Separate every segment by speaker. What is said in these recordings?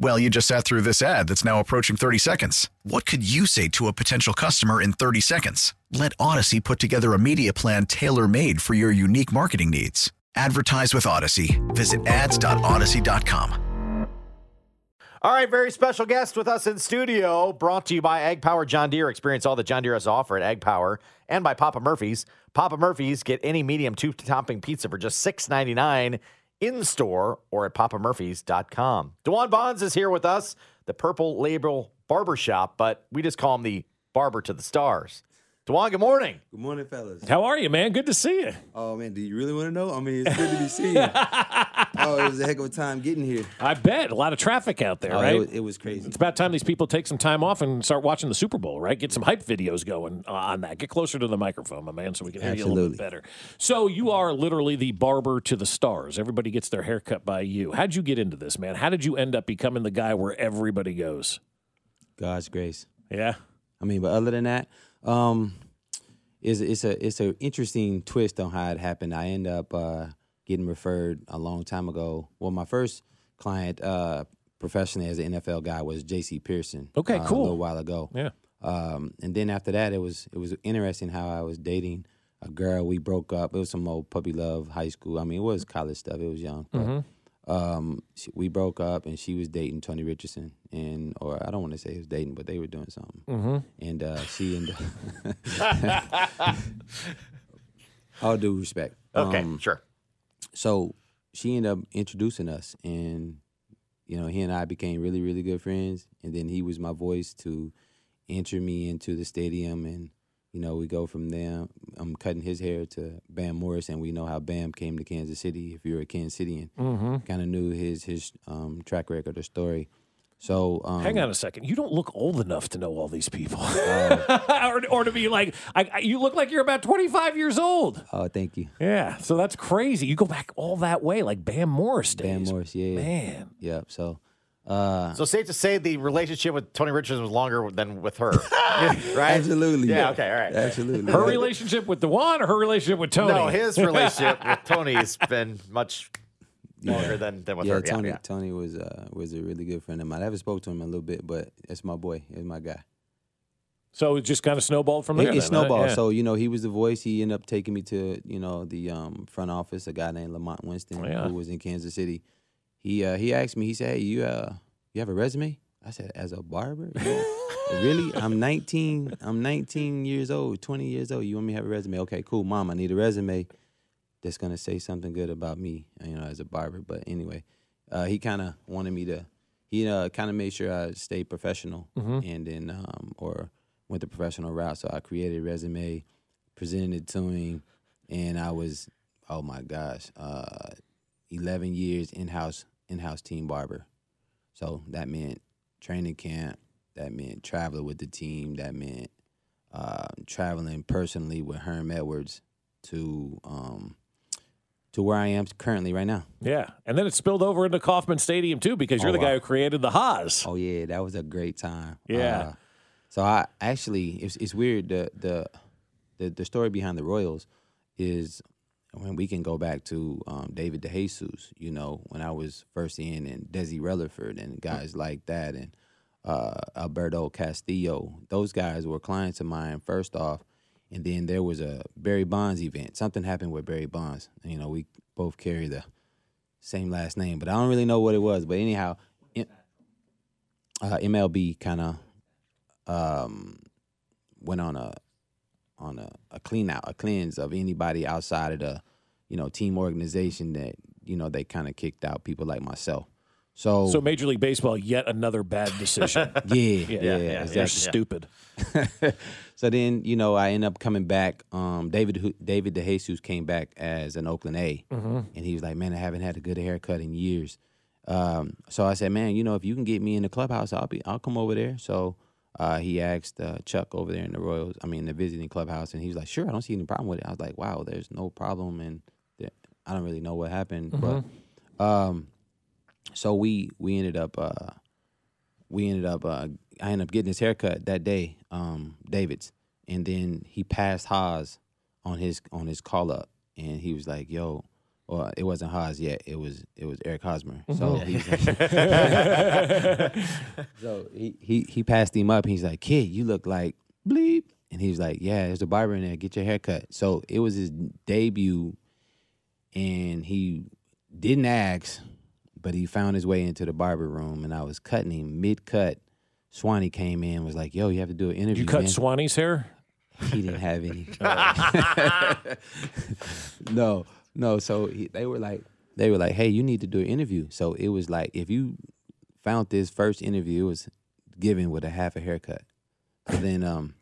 Speaker 1: Well, you just sat through this ad that's now approaching 30 seconds. What could you say to a potential customer in 30 seconds? Let Odyssey put together a media plan tailor made for your unique marketing needs. Advertise with Odyssey. Visit ads.odyssey.com.
Speaker 2: All right, very special guest with us in studio, brought to you by Ag Power John Deere. Experience all that John Deere has to offer at Ag Power and by Papa Murphy's. Papa Murphy's get any medium two topping pizza for just $6.99 in store or at papamurphys.com. Dewan Bonds is here with us, the Purple Label Barbershop, but we just call him the Barber to the Stars. Dewan, good morning.
Speaker 3: Good morning, fellas.
Speaker 4: How are you, man? Good to see you.
Speaker 3: Oh man, do you really want to know? I mean, it's good to be seen. oh, it was a heck of a time getting here.
Speaker 4: I bet a lot of traffic out there,
Speaker 3: Oh,
Speaker 4: right?
Speaker 3: it, was, it was crazy.
Speaker 4: it's about time these people take some time off and start watching the Super Bowl, right? Get some hype videos going uh, on that. Get closer to the microphone, my man, so we can hear you a little bit
Speaker 3: Absolutely.
Speaker 4: better. So you are literally the barber to the stars. Everybody gets their hair cut by you. How'd you get into this, man? How did you end up becoming the guy where everybody goes?
Speaker 3: God's grace.
Speaker 4: Yeah.
Speaker 3: I mean, but other than that, um, is it's a it's an interesting twist on how it happened. I end up uh, getting referred a long time ago. Well, my first client uh, professionally as an NFL guy was J.C. Pearson.
Speaker 4: Okay,
Speaker 3: uh, A
Speaker 4: cool.
Speaker 3: little while ago.
Speaker 4: Yeah.
Speaker 3: Um, and then after that, it was it was interesting how I was dating a girl. We broke up. It was some old puppy love high school. I mean, it was college stuff. It was young. But,
Speaker 4: Mm-hmm.
Speaker 3: Um, she, we broke up, and she was dating Tony Richardson, and or I don't want to say he was dating, but they were doing something.
Speaker 4: Mm-hmm.
Speaker 3: And uh, she ended up- all due respect.
Speaker 2: Okay,
Speaker 3: Um,
Speaker 2: sure.
Speaker 3: so she ended up introducing us and you know he and i became really really good friends and then he was my voice to enter me into the stadium and you know we go from there i'm cutting his hair to bam morris and we know how bam came to kansas city if you're a kansas cityan
Speaker 4: Mm-hmm.
Speaker 3: kind of knew his his um, track record or story so um,
Speaker 4: Hang on a second. You don't look old enough to know all these people, or, or to be like, I, I, you look like you're about 25 years old.
Speaker 3: oh thank you
Speaker 4: Yeah, so that's crazy. You go back all that way, like Bam Morris days.
Speaker 3: bam morris yeah
Speaker 4: man.
Speaker 3: yep so uh,
Speaker 2: So safe to say the relationship with Tony Richardson was longer than with her, right?
Speaker 3: absolutely
Speaker 2: Yeah, okay, all right.
Speaker 3: absolutely
Speaker 4: Her relationship with Dewan or her relationship with Tony?
Speaker 2: No, his relationship with Tony has been much longer than, than with
Speaker 3: yeah,
Speaker 2: her.
Speaker 3: Tony.
Speaker 2: yeah.
Speaker 3: Tony was uh, was a really good friend of mine. I haven't spoke to him in a little bit, but it's my boy. It's my guy.
Speaker 4: So it just kind of snowballed from
Speaker 3: It,
Speaker 4: there.
Speaker 3: it
Speaker 4: then, huh?
Speaker 3: snowballed.
Speaker 4: Yeah.
Speaker 3: So you know, he was the voice. He ended up taking me to you know the um, front office. A guy named Lamont Winston,
Speaker 4: Oh, yeah.
Speaker 3: who was in Kansas City. He uh, he asked me. He said, "Hey, you uh, you have a resume?" I said, "As a barber." Yeah. really? I'm 19. I'm 19 years old. 20 years old. You want me to have a resume? Okay, cool, mom. I need a resume that's gonna say something good about me, you know, as a barber. But anyway, uh, he kind of wanted me to. He uh, kind of made sure I stayed professional, and then um, or went the professional route. So I created a resume, presented it to him, and I was, oh my gosh, uh, eleven years in house in house team barber. So that meant training camp. That meant traveling with the team. That meant uh, traveling personally with Herm Edwards to um, to where I am currently right now.
Speaker 4: Yeah, and then it spilled over into Kauffman Stadium too because you're the guy who created the Haas.
Speaker 3: Oh yeah, that was a great time.
Speaker 4: Yeah.
Speaker 3: Uh, so I actually, it's, it's weird. The, the the the story behind the Royals is when we can go back to um, David DeJesus. You know, when I was first in, and Desi Rutherford and guys like that, and uh, Alberto Castillo. Those guys were clients of mine. First off. And then there was a Barry Bonds event. Something happened with Barry Bonds. You know, we both carry the same last name, but I don't really know what it was. But anyhow, in- uh, MLB kind of um, went on a on a, a clean out, a cleanse of anybody outside of the you know team organization that you know they kind of kicked out people like myself. So,
Speaker 4: So Major League Baseball, yet another bad decision.
Speaker 3: yeah, yeah, yeah,
Speaker 4: They're
Speaker 3: exactly.
Speaker 4: stupid.
Speaker 3: so then you know I end up coming back. Um, David Hu- David DeJesus came back as an Oakland A, and he was like, "Man, I haven't had a good haircut in years." Um, so I said, "Man, you know, if you can get me in the clubhouse, I'll be I'll come over there." So uh, he asked uh, Chuck over there in the Royals, I mean, the visiting clubhouse, and he was like, "Sure, I don't see any problem with it." I was like, "Wow, there's no problem," and th- I don't really know what happened, but um, so we we ended up. Uh, we ended up uh, I ended up getting his haircut that day, um, David's, and then he passed Haas on his on his call up, and he was like, "Yo." Well, it wasn't Haas yet. It was it was Eric Hosmer. So, he's so he, he he passed him up. He's like, "Kid, you look like bleep," and he's like, "Yeah, there's a barber in there. Get your hair cut." So it was his debut, and he didn't ask, but he found his way into the barber room, and I was cutting him mid cut. Swanee came in, was like, "Yo, you have to do an interview."
Speaker 4: You cut
Speaker 3: man."
Speaker 4: Swanee's hair?
Speaker 3: he didn't have any. no, no. So he, they were like, they were like, hey, you need to do an interview. So it was like, if you found this first interview, it was given with a half a haircut. And then um,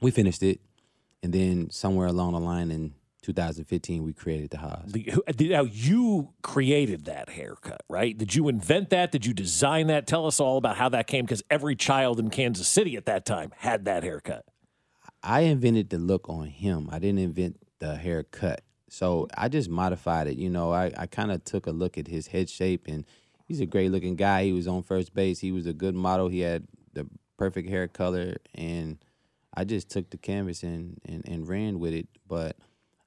Speaker 3: we finished it, and then somewhere along the line in 2015, we created the Haas.
Speaker 4: The, who- did- now you created that haircut, right? Did you invent that? Did you design that? Tell us all about how that came, because every child in Kansas City at that time had that haircut.
Speaker 3: I invented the look on him. I didn't invent the haircut. So I just modified it. You know, I, I kind of took a look at his head shape, and he's a great looking guy. He was on first base. He was a good model. He had the perfect hair color. And I just took the canvas and, and, and ran with it. But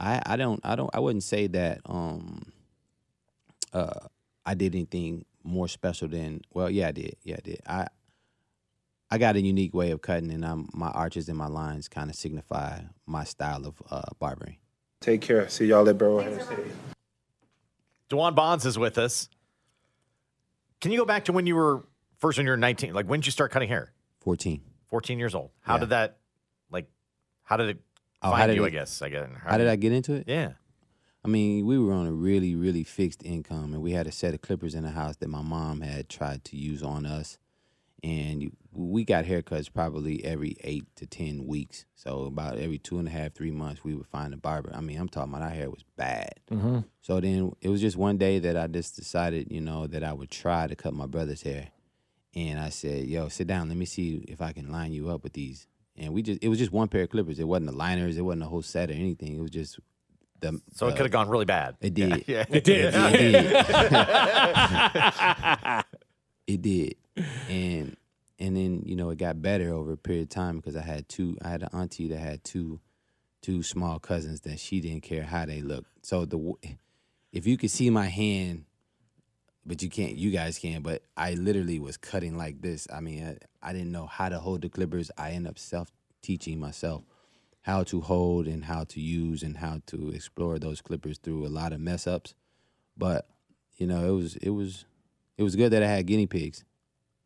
Speaker 3: I, I don't, I don't, I wouldn't say that um, uh, I did anything more special than, well, yeah, I did. Yeah, I did. I, I got a unique way of cutting, and I'm, my arches and my lines kind of signify my style of uh, barbering.
Speaker 5: Take care. See y'all at Burrowhead.
Speaker 2: Dewan Bonds is with us. Can you go back to when you were first when you were 19? Like, when did you start cutting hair?
Speaker 3: 14.
Speaker 2: 14 years old. How
Speaker 3: Yeah.
Speaker 2: did that, like, how did it
Speaker 3: Oh, how
Speaker 2: find
Speaker 3: did
Speaker 2: you,
Speaker 3: it-
Speaker 2: I guess? I guess.
Speaker 3: How did I get into it?
Speaker 2: Yeah.
Speaker 3: I mean, we were on a really, really fixed income, and we had a set of clippers in the house that my mom had tried to use on us. And you- we got haircuts probably every eight to 10 weeks. So, about every two and a half, three months, we would find a barber. I mean, I'm talking about our hair was bad. So then it was just one day that I just decided, you know, that I would try to cut my brother's hair. And I said, "Yo, sit down. Let me see if I can line you up with these." And we just—it was just one pair of clippers. It wasn't the liners. It wasn't a whole set or anything. It was just the. uh,
Speaker 2: So it could have gone really bad.
Speaker 3: It did.
Speaker 2: Yeah.
Speaker 3: It did. It did. It did. And and then, you know, it got better over a period of time because I had two I had an auntie that had two two small cousins that she didn't care how they looked. So the w- if you could see my hand but you can't you guys can but I literally was cutting like this. I mean, I, I didn't know how to hold the clippers. I ended up self teaching myself how to hold and how to use and how to explore those clippers through a lot of mess ups. But you know, it was it was it was good that I had guinea pigs.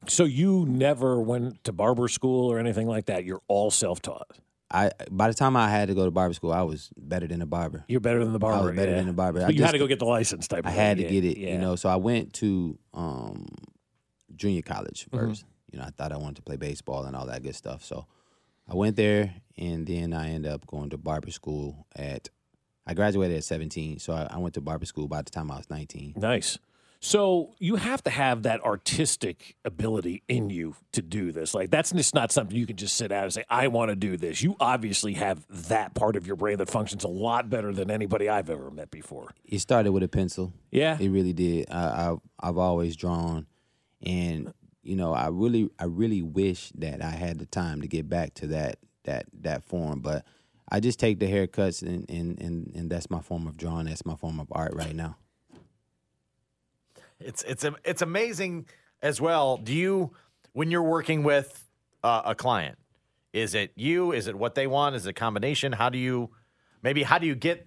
Speaker 4: So you never went to barber school or anything like that. You're all self-taught.
Speaker 3: I by the time I had to go to barber school, I was better than a barber.
Speaker 4: You're better than the barber.
Speaker 3: I was better
Speaker 4: yeah.
Speaker 3: than a barber.
Speaker 4: But
Speaker 3: I
Speaker 4: you had
Speaker 3: just-
Speaker 4: to go get the license type.
Speaker 3: I
Speaker 4: of
Speaker 3: had to
Speaker 4: thing.
Speaker 3: get it,
Speaker 4: Yeah.
Speaker 3: you know. So I went to um, junior college
Speaker 4: Mm-hmm.
Speaker 3: 1st You know, I thought I wanted to play baseball and all that good stuff. So I went there, and then I ended up going to barber school at. I graduated at 17, so I, I went to barber school by the time I was 19.
Speaker 4: Nice. So you have to have that artistic ability in you to do this. Like that's just not something you can just sit out and say, "I want to do this." You obviously have that part of your brain that functions a lot better than anybody I've ever met before.
Speaker 3: It started with a pencil.
Speaker 4: Yeah.
Speaker 3: It really did. I, I I've always drawn, and you know, I really I really wish that I had the time to get back to that that that form, but I just take the haircuts and and and, and that's my form of drawing. That's my form of art right now.
Speaker 2: It's it's am- it's amazing as well. Do you when you're working with uh, a client, is it you? Is it what they want? Is it a combination? How do you maybe how do you get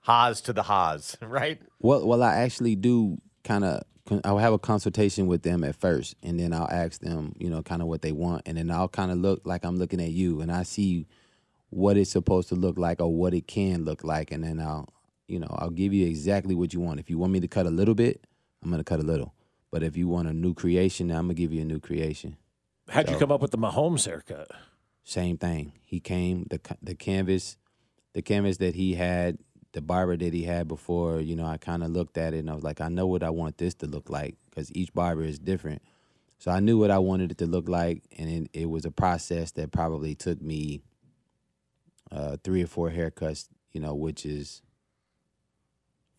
Speaker 2: Haas to the Haas? Right?
Speaker 3: Well, well, I actually do kind of. I'll have a consultation with them at first, and then I'll ask them, you know, kind of what they want, and then I'll kind of look like I'm looking at you, and I see what it's supposed to look like or what it can look like, and then I'll, you know, I'll give you exactly what you want. If you want me to cut a little bit, I'm gonna cut a little. But if you want a new creation, I'm gonna give you a new creation.
Speaker 4: How'd you come up with the Mahomes haircut?
Speaker 3: Same thing. He came the ca- the canvas, the canvas that he had, the barber that he had before. You know, I kind of looked at it and I was like, I know what I want this to look like because each barber is different. So I knew what I wanted it to look like, and it, it was a process that probably took me uh, three or four haircuts. You know, which is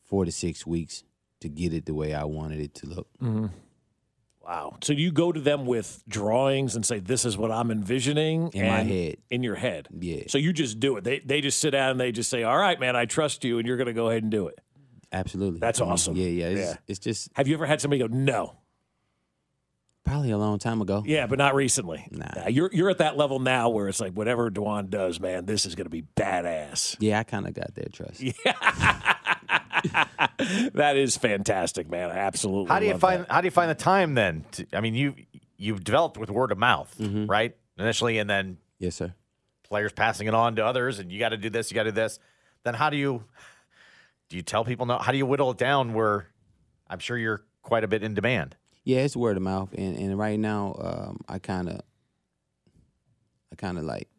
Speaker 3: four to six weeks to get it the way I wanted it to look.
Speaker 4: Mm. Wow. So you go to them with drawings and say, "This is what I'm envisioning
Speaker 3: In my
Speaker 4: and-
Speaker 3: head.
Speaker 4: in your head."
Speaker 3: Yeah.
Speaker 4: So you just do it. They they just sit down and they just say, "All right, man, I trust you, and you're going to go ahead and do it."
Speaker 3: Absolutely.
Speaker 4: That's
Speaker 3: I mean,
Speaker 4: awesome.
Speaker 3: Yeah, yeah. It's,
Speaker 4: Yeah.
Speaker 3: it's just
Speaker 4: Have you ever had somebody go, "No,
Speaker 3: probably a long time ago.
Speaker 4: yeah, but not recently."
Speaker 3: Nah.
Speaker 4: You're you're at that level now where it's like, whatever Dwan does, man, this is going to be badass.
Speaker 3: Yeah, I kind of got that trust.
Speaker 4: that is fantastic, man. I absolutely.
Speaker 2: How do you
Speaker 4: love
Speaker 2: find
Speaker 4: that.
Speaker 2: how do you find the time then? To, I mean, you you've developed with word of mouth,
Speaker 4: Mm-hmm.
Speaker 2: right? Initially, and then
Speaker 3: Yes, sir.
Speaker 2: players passing it on to others, and you got to do this, you got to do this. Then how do you do you tell people no? How do you whittle it down? Where I'm sure you're quite a bit in demand.
Speaker 3: Yeah, it's word of mouth, and and right now, um, I kind of, I kind of like,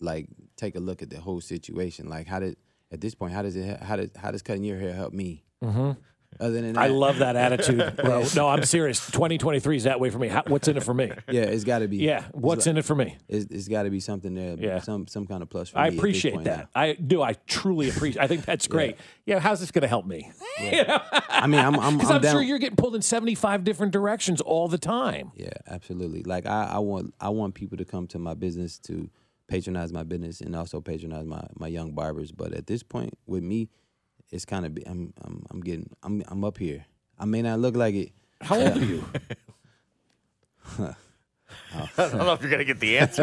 Speaker 3: like take a look at the whole situation. Like, how did at this point, how does it, he- how does, how does cutting your hair help me? Mm-hmm. Other than that,
Speaker 4: I love that attitude, bro. no, I'm serious. 2023 is that way for me. How, what's in it for me?
Speaker 3: Yeah, it's got to be.
Speaker 4: Yeah. What's in it for me?
Speaker 3: It's, it's got to be something there.
Speaker 4: Yeah.
Speaker 3: Some some kind of plus. For
Speaker 4: I
Speaker 3: me at this
Speaker 4: appreciate
Speaker 3: point
Speaker 4: that.
Speaker 3: now.
Speaker 4: I do. I truly appreciate. I think that's great. Yeah. how's this going to help me?
Speaker 3: I mean, I'm I'm,
Speaker 4: Because
Speaker 3: I'm
Speaker 4: I'm,
Speaker 3: down.
Speaker 4: sure you're getting pulled in 75 different directions all the time.
Speaker 3: Yeah, absolutely. Like I, I want I want people to come to my business to patronize my business and also patronize my, my young barbers. But at this point with me, it's kind of I'm, I'm I'm getting I'm I'm up here. I may not look like it.
Speaker 4: How old are you?
Speaker 2: I don't know if you're gonna get the answer.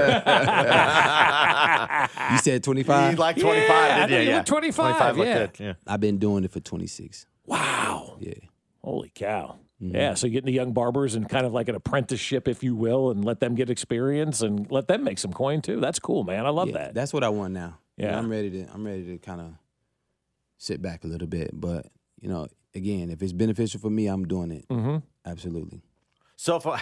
Speaker 3: You said 25.
Speaker 2: He's like 25.
Speaker 4: I
Speaker 2: didn't
Speaker 4: thought you
Speaker 2: ya?
Speaker 4: were 25,
Speaker 2: looked
Speaker 4: yeah.
Speaker 2: good, yeah.
Speaker 3: I've been doing it for 26.
Speaker 4: Wow.
Speaker 3: Yeah,
Speaker 4: Holy cow. Yeah. So getting the young barbers and kind of like an apprenticeship, if you will, and let them get experience and let them make some coin too. That's cool, man. I love
Speaker 3: yeah.
Speaker 4: that.
Speaker 3: That's what I want now. You know,
Speaker 4: Yeah.
Speaker 3: I'm ready to I'm ready to kind of sit back a little bit. But you know, again, if it's beneficial for me, I'm doing it. Mm-hmm. Absolutely.
Speaker 2: So if I,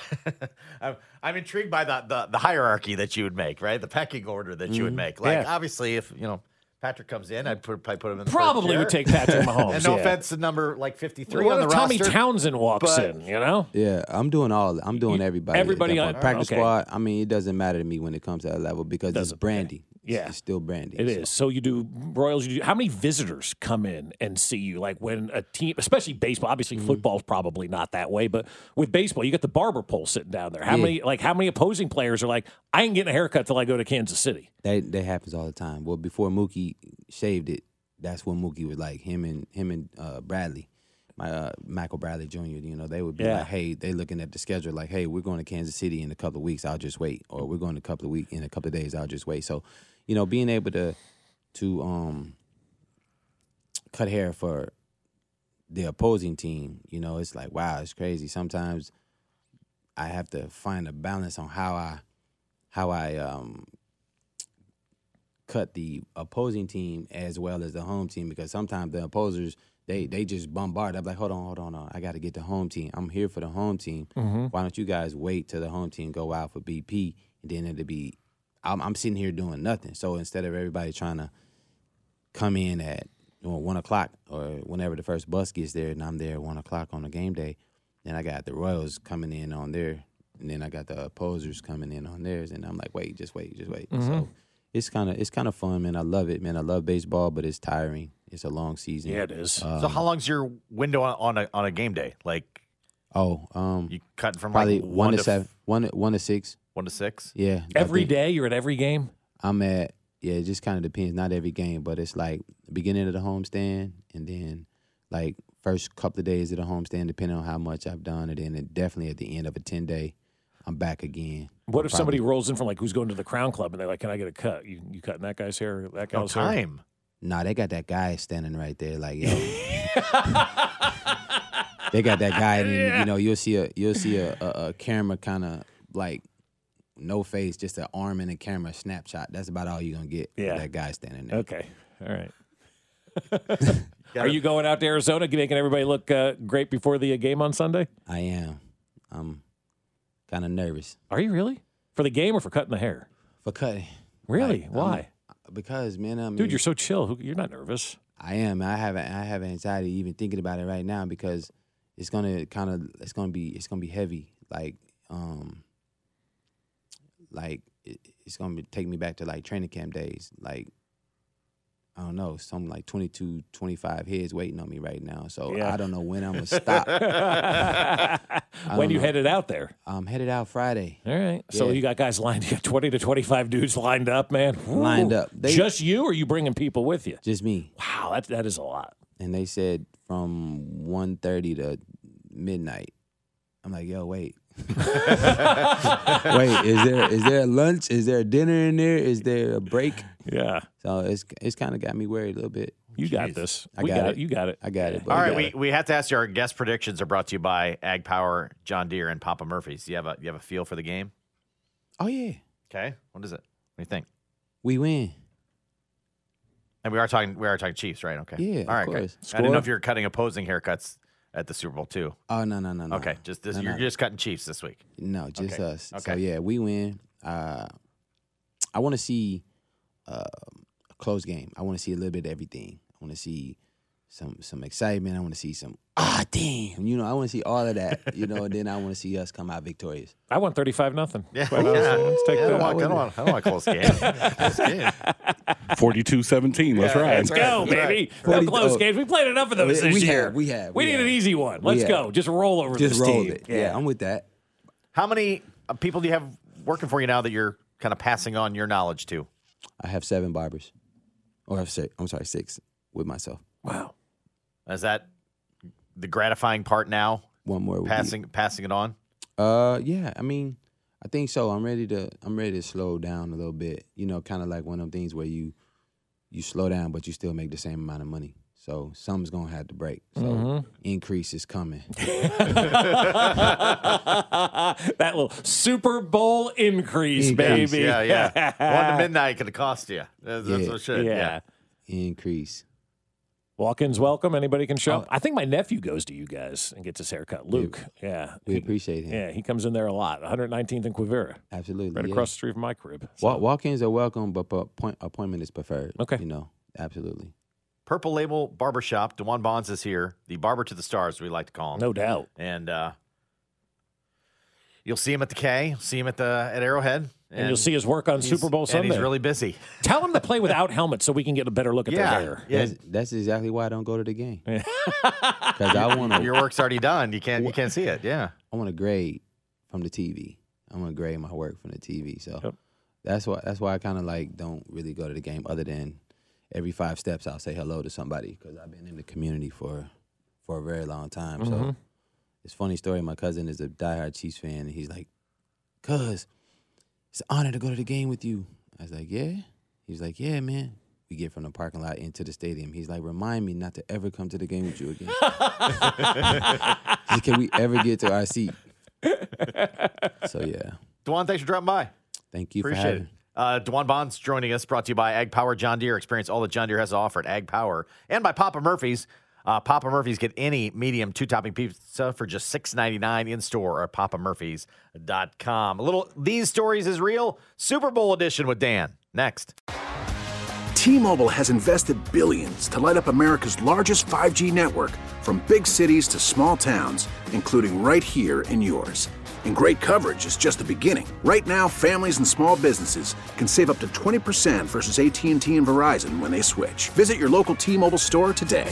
Speaker 2: I'm, I'm intrigued by the, the the hierarchy that you would make, right? The pecking order that you would
Speaker 3: Mm,
Speaker 2: make. Like
Speaker 4: Yeah.
Speaker 2: obviously, if you know Patrick comes in, I'd put, probably put him in. The first
Speaker 4: Probably
Speaker 2: chair.
Speaker 4: would take Patrick Mahomes.
Speaker 2: And no
Speaker 4: yeah.
Speaker 2: offense to number like 53
Speaker 4: What
Speaker 2: on the
Speaker 4: if Tommy
Speaker 2: roster.
Speaker 4: Townsend walks
Speaker 2: but-
Speaker 4: in? You know.
Speaker 3: Yeah, I'm doing all. I'm doing everybody. at
Speaker 4: everybody
Speaker 3: that
Speaker 4: on-
Speaker 3: point. practice
Speaker 4: okay.
Speaker 3: squad. I mean, it doesn't matter to me when it comes to that level because it's brandy.
Speaker 4: Yeah.
Speaker 3: it's, it's still brandy.
Speaker 4: It is. So you do Royals. You do how many visitors come in and see you? Like when a team, especially baseball. Obviously, football's probably not that way, but with baseball, you got the barber pole sitting down there. How many? Like how many opposing players are like, I ain't getting a haircut till I go to Kansas City.
Speaker 3: That that happens all the time. Well, before Mookie shaved it, that's when Mookie was like him and him and uh, Bradley, my uh, Michael Bradley Jr. You know, they would be
Speaker 4: Yeah.
Speaker 3: like, hey, they looking at the schedule like, hey, we're going to Kansas City in a couple of weeks. I'll just wait, or we're going to a couple of week in a couple of days. I'll just wait. So, you know, being able to to um cut hair for the opposing team, you know, it's like wow, it's crazy. Sometimes I have to find a balance on how I how I um cut the opposing team as well as the home team because sometimes the opposers they they just bombard. I'm like, hold on, hold on, hold on. I got to get the home team. I'm here for the home team. Why don't you guys wait till the home team go out for BP and then it'll be I'm, I'm sitting here doing nothing. So instead of everybody trying to come in at you know, one o'clock or whenever the first bus gets there, and I'm there at one o'clock on a game day. Then I got the Royals coming in on there, and then I got the opposers coming in on theirs, and I'm like, wait, just wait, just wait. So it's kind of it's kind of fun, man. I love it, man. I love baseball, but it's tiring. It's a long season.
Speaker 4: Yeah, it is.
Speaker 2: So
Speaker 3: Um,
Speaker 2: how long's your window on, on a on a game day? Like
Speaker 3: Oh, um,
Speaker 2: you cut from
Speaker 3: probably
Speaker 2: like
Speaker 3: one, to seven, one one to six.
Speaker 2: one to six.
Speaker 3: Yeah,
Speaker 4: Every
Speaker 3: I think
Speaker 4: day you're at every game.
Speaker 3: I'm at. Yeah, it just kind of depends. Not every game, but it's like beginning of the homestand, and then like first couple of days of the homestand, depending on how much I've done, and then it definitely at the end of a ten day, I'm back again.
Speaker 4: What if somebody rolls in from like who's going to the Crown Club and they're like, "Can I get a cut? You you cutting that guy's hair? That
Speaker 2: No
Speaker 3: Oh,
Speaker 4: guy's hair?"
Speaker 2: time.
Speaker 3: Nah, they got that guy standing right there, like yo. they got that guy, and then, you know you'll see a you'll see a, a, a camera kind of like no face, just an arm and a camera snapshot. That's about all you're gonna get. of
Speaker 4: Yeah.
Speaker 3: that guy standing there.
Speaker 4: Okay. All right. Are you going out to Arizona, making everybody look uh, great before the uh, game on Sunday?
Speaker 3: I am. I'm kind of nervous
Speaker 4: Are you really for the game or for cutting the hair?
Speaker 3: for cutting. Like,
Speaker 4: Really?
Speaker 3: I'm-
Speaker 4: Why,
Speaker 3: Because man, I mean,
Speaker 4: dude? You're so chill. Who- You're not nervous.
Speaker 3: I am. I have. I have anxiety even thinking about it right now because it's gonna kind of. It's gonna be. It's gonna be heavy. Like, um, like it, it's gonna be, take me back to like training camp days. Like, I don't know, some like 22, 25 heads waiting on me right now. So
Speaker 4: Yeah.
Speaker 3: I don't know when I'm gonna stop.
Speaker 4: when
Speaker 3: don't
Speaker 4: you
Speaker 3: know.
Speaker 4: headed out there.
Speaker 3: I'm headed out Friday.
Speaker 4: All right. So
Speaker 3: Yeah.
Speaker 4: you got guys lined. You got twenty to twenty-five dudes lined up, man. Woo.
Speaker 3: Lined up. They-
Speaker 4: Just you, or you bringing people with you?
Speaker 3: Just me.
Speaker 4: Wow, that that is a lot.
Speaker 3: and they said from 1.30 to midnight i'm like yo wait wait is there is there a lunch is there a dinner in there is there a break
Speaker 4: Yeah,
Speaker 3: so it's it's kind of got me worried a little bit
Speaker 4: you got this.
Speaker 3: I
Speaker 4: we
Speaker 3: got
Speaker 4: got
Speaker 3: it.
Speaker 4: it. You got it.
Speaker 3: i got it but
Speaker 2: All right,
Speaker 3: we
Speaker 2: we, we have to ask you. Our guest predictions are brought to you by Ag Power, John Deere, and Papa Murphy's. You have a you have a feel for the game.
Speaker 3: oh yeah
Speaker 2: Okay, what is it? What do you think?
Speaker 3: we win
Speaker 2: And we are talking we are talking Chiefs, right? Okay.
Speaker 3: Yeah, of
Speaker 2: All right. Good.
Speaker 3: course.
Speaker 2: I didn't know
Speaker 3: Score?
Speaker 2: if you were cutting opposing haircuts at the Super Bowl too.
Speaker 3: oh no no no no
Speaker 2: Okay, just this.
Speaker 3: No,
Speaker 2: you're
Speaker 3: no.
Speaker 2: just cutting Chiefs this week.
Speaker 3: No, just
Speaker 2: Okay.
Speaker 3: us. So
Speaker 2: Okay.
Speaker 3: yeah, we win. Uh, I want to see uh, a close game. I want to see a little bit of everything. I want to see some some excitement. I want to see some ah damn. You know, I want to see all of that. You know, and then I want to see us come out victorious.
Speaker 4: I want thirty-five nothing.
Speaker 2: Yeah.
Speaker 4: Quite honestly. Let's take
Speaker 2: I don't
Speaker 4: that.
Speaker 2: want, I don't want, I don't want a close game. Close game.
Speaker 6: 42 17. That's right.
Speaker 4: Let's go, baby.
Speaker 3: Forty-
Speaker 4: No close
Speaker 3: oh.
Speaker 4: games. We played enough of those
Speaker 3: We- we
Speaker 4: this year.
Speaker 3: have, we have,
Speaker 4: We
Speaker 3: we
Speaker 4: need an
Speaker 3: have.
Speaker 4: easy one. Let's
Speaker 3: have.
Speaker 4: go. Just roll over
Speaker 3: Just
Speaker 4: this
Speaker 3: roll
Speaker 4: team.
Speaker 3: it. Yeah. I'm with that.
Speaker 2: How many uh, people do you have working for you now that you're kind of passing on your knowledge to?
Speaker 3: I have seven barbers, or I have six. I'm sorry, six with myself.
Speaker 4: Wow.
Speaker 2: Is that the gratifying part now?
Speaker 3: One more would be-
Speaker 2: Passing passing it on.
Speaker 3: Uh, yeah. I mean, I think so. I'm ready to. I'm ready to slow down a little bit. You know, kind of like one of them things where you you slow down, but you still make the same amount of money. So something's gonna have to break. So
Speaker 4: Mm-hmm.
Speaker 3: increase is coming.
Speaker 4: that little Super Bowl increase,
Speaker 3: Increase.
Speaker 4: baby.
Speaker 2: Yeah, yeah. One to midnight could cost you. That's, that's
Speaker 3: Yeah.
Speaker 2: what it should.
Speaker 4: Yeah.
Speaker 2: Yeah.
Speaker 3: increase.
Speaker 4: Walk-ins welcome. Anybody can
Speaker 2: Oh.
Speaker 4: show. up. I think my nephew goes to you guys and gets his haircut. Luke. Yeah.
Speaker 3: We
Speaker 4: He-
Speaker 3: appreciate him.
Speaker 4: Yeah, he comes in there a lot. 119th and Quivira,
Speaker 3: Absolutely.
Speaker 4: right
Speaker 3: yeah.
Speaker 4: across the street from my crib. So-
Speaker 3: Wa- walk-ins are welcome, but po- point- appointment is preferred.
Speaker 4: Okay.
Speaker 3: You know, absolutely.
Speaker 2: Purple Label Barbershop. Dewan Bonds is here. The barber to the stars, we like to call him.
Speaker 4: No doubt.
Speaker 2: And uh, you'll see him at the K. You'll see him at the at Arrowhead.
Speaker 4: And, you'll see his work on
Speaker 2: he's-
Speaker 4: Super Bowl Sunday.
Speaker 2: And he's really busy.
Speaker 4: Tell him to play without helmets so we can get a better look at
Speaker 2: yeah.
Speaker 4: their hair.
Speaker 2: yeah.
Speaker 3: That's, that's exactly why I don't go to the game. Because I want
Speaker 2: Your
Speaker 3: to.
Speaker 2: work's already done. You can't you can't see it. Yeah.
Speaker 3: I want to grade from the TV. I'm gonna grade my work from the TV. So
Speaker 4: Yep.
Speaker 3: that's why that's why I kind of like don't really go to the game other than every five steps I'll say hello to somebody because I've been in the community for for a very long time. So it's a funny story. My cousin is a diehard Chiefs fan, and he's like, "Cuz, it's an honor to go to the game with you." I was like, "Yeah." He was like, "Yeah, man." We get from the parking lot into the stadium. He's like, "Remind me not to ever come to the game with you again." He's like, Can we ever get to our seat? So yeah,
Speaker 2: Dewan, thanks for dropping by.
Speaker 3: thank you for
Speaker 2: Appreciate
Speaker 3: having.
Speaker 2: it. Uh, Dewan Bonds joining us, brought to you by Ag Power John Deere. Experience all that John Deere has to offer at Ag Power and by Papa Murphy's. Uh, Papa Murphy's get any medium two topping pizza for just six ninety nine in store or at papamurphy's.com. A little These Stories is Real Super Bowl edition with Dan. Next.
Speaker 7: T-Mobile has invested billions to light up America's largest 5G network from big cities to small towns, including right here in yours. And great coverage is just the beginning. Right now, families and small businesses can save up to 20% versus AT&T and Verizon when they switch. Visit your local T-Mobile store today.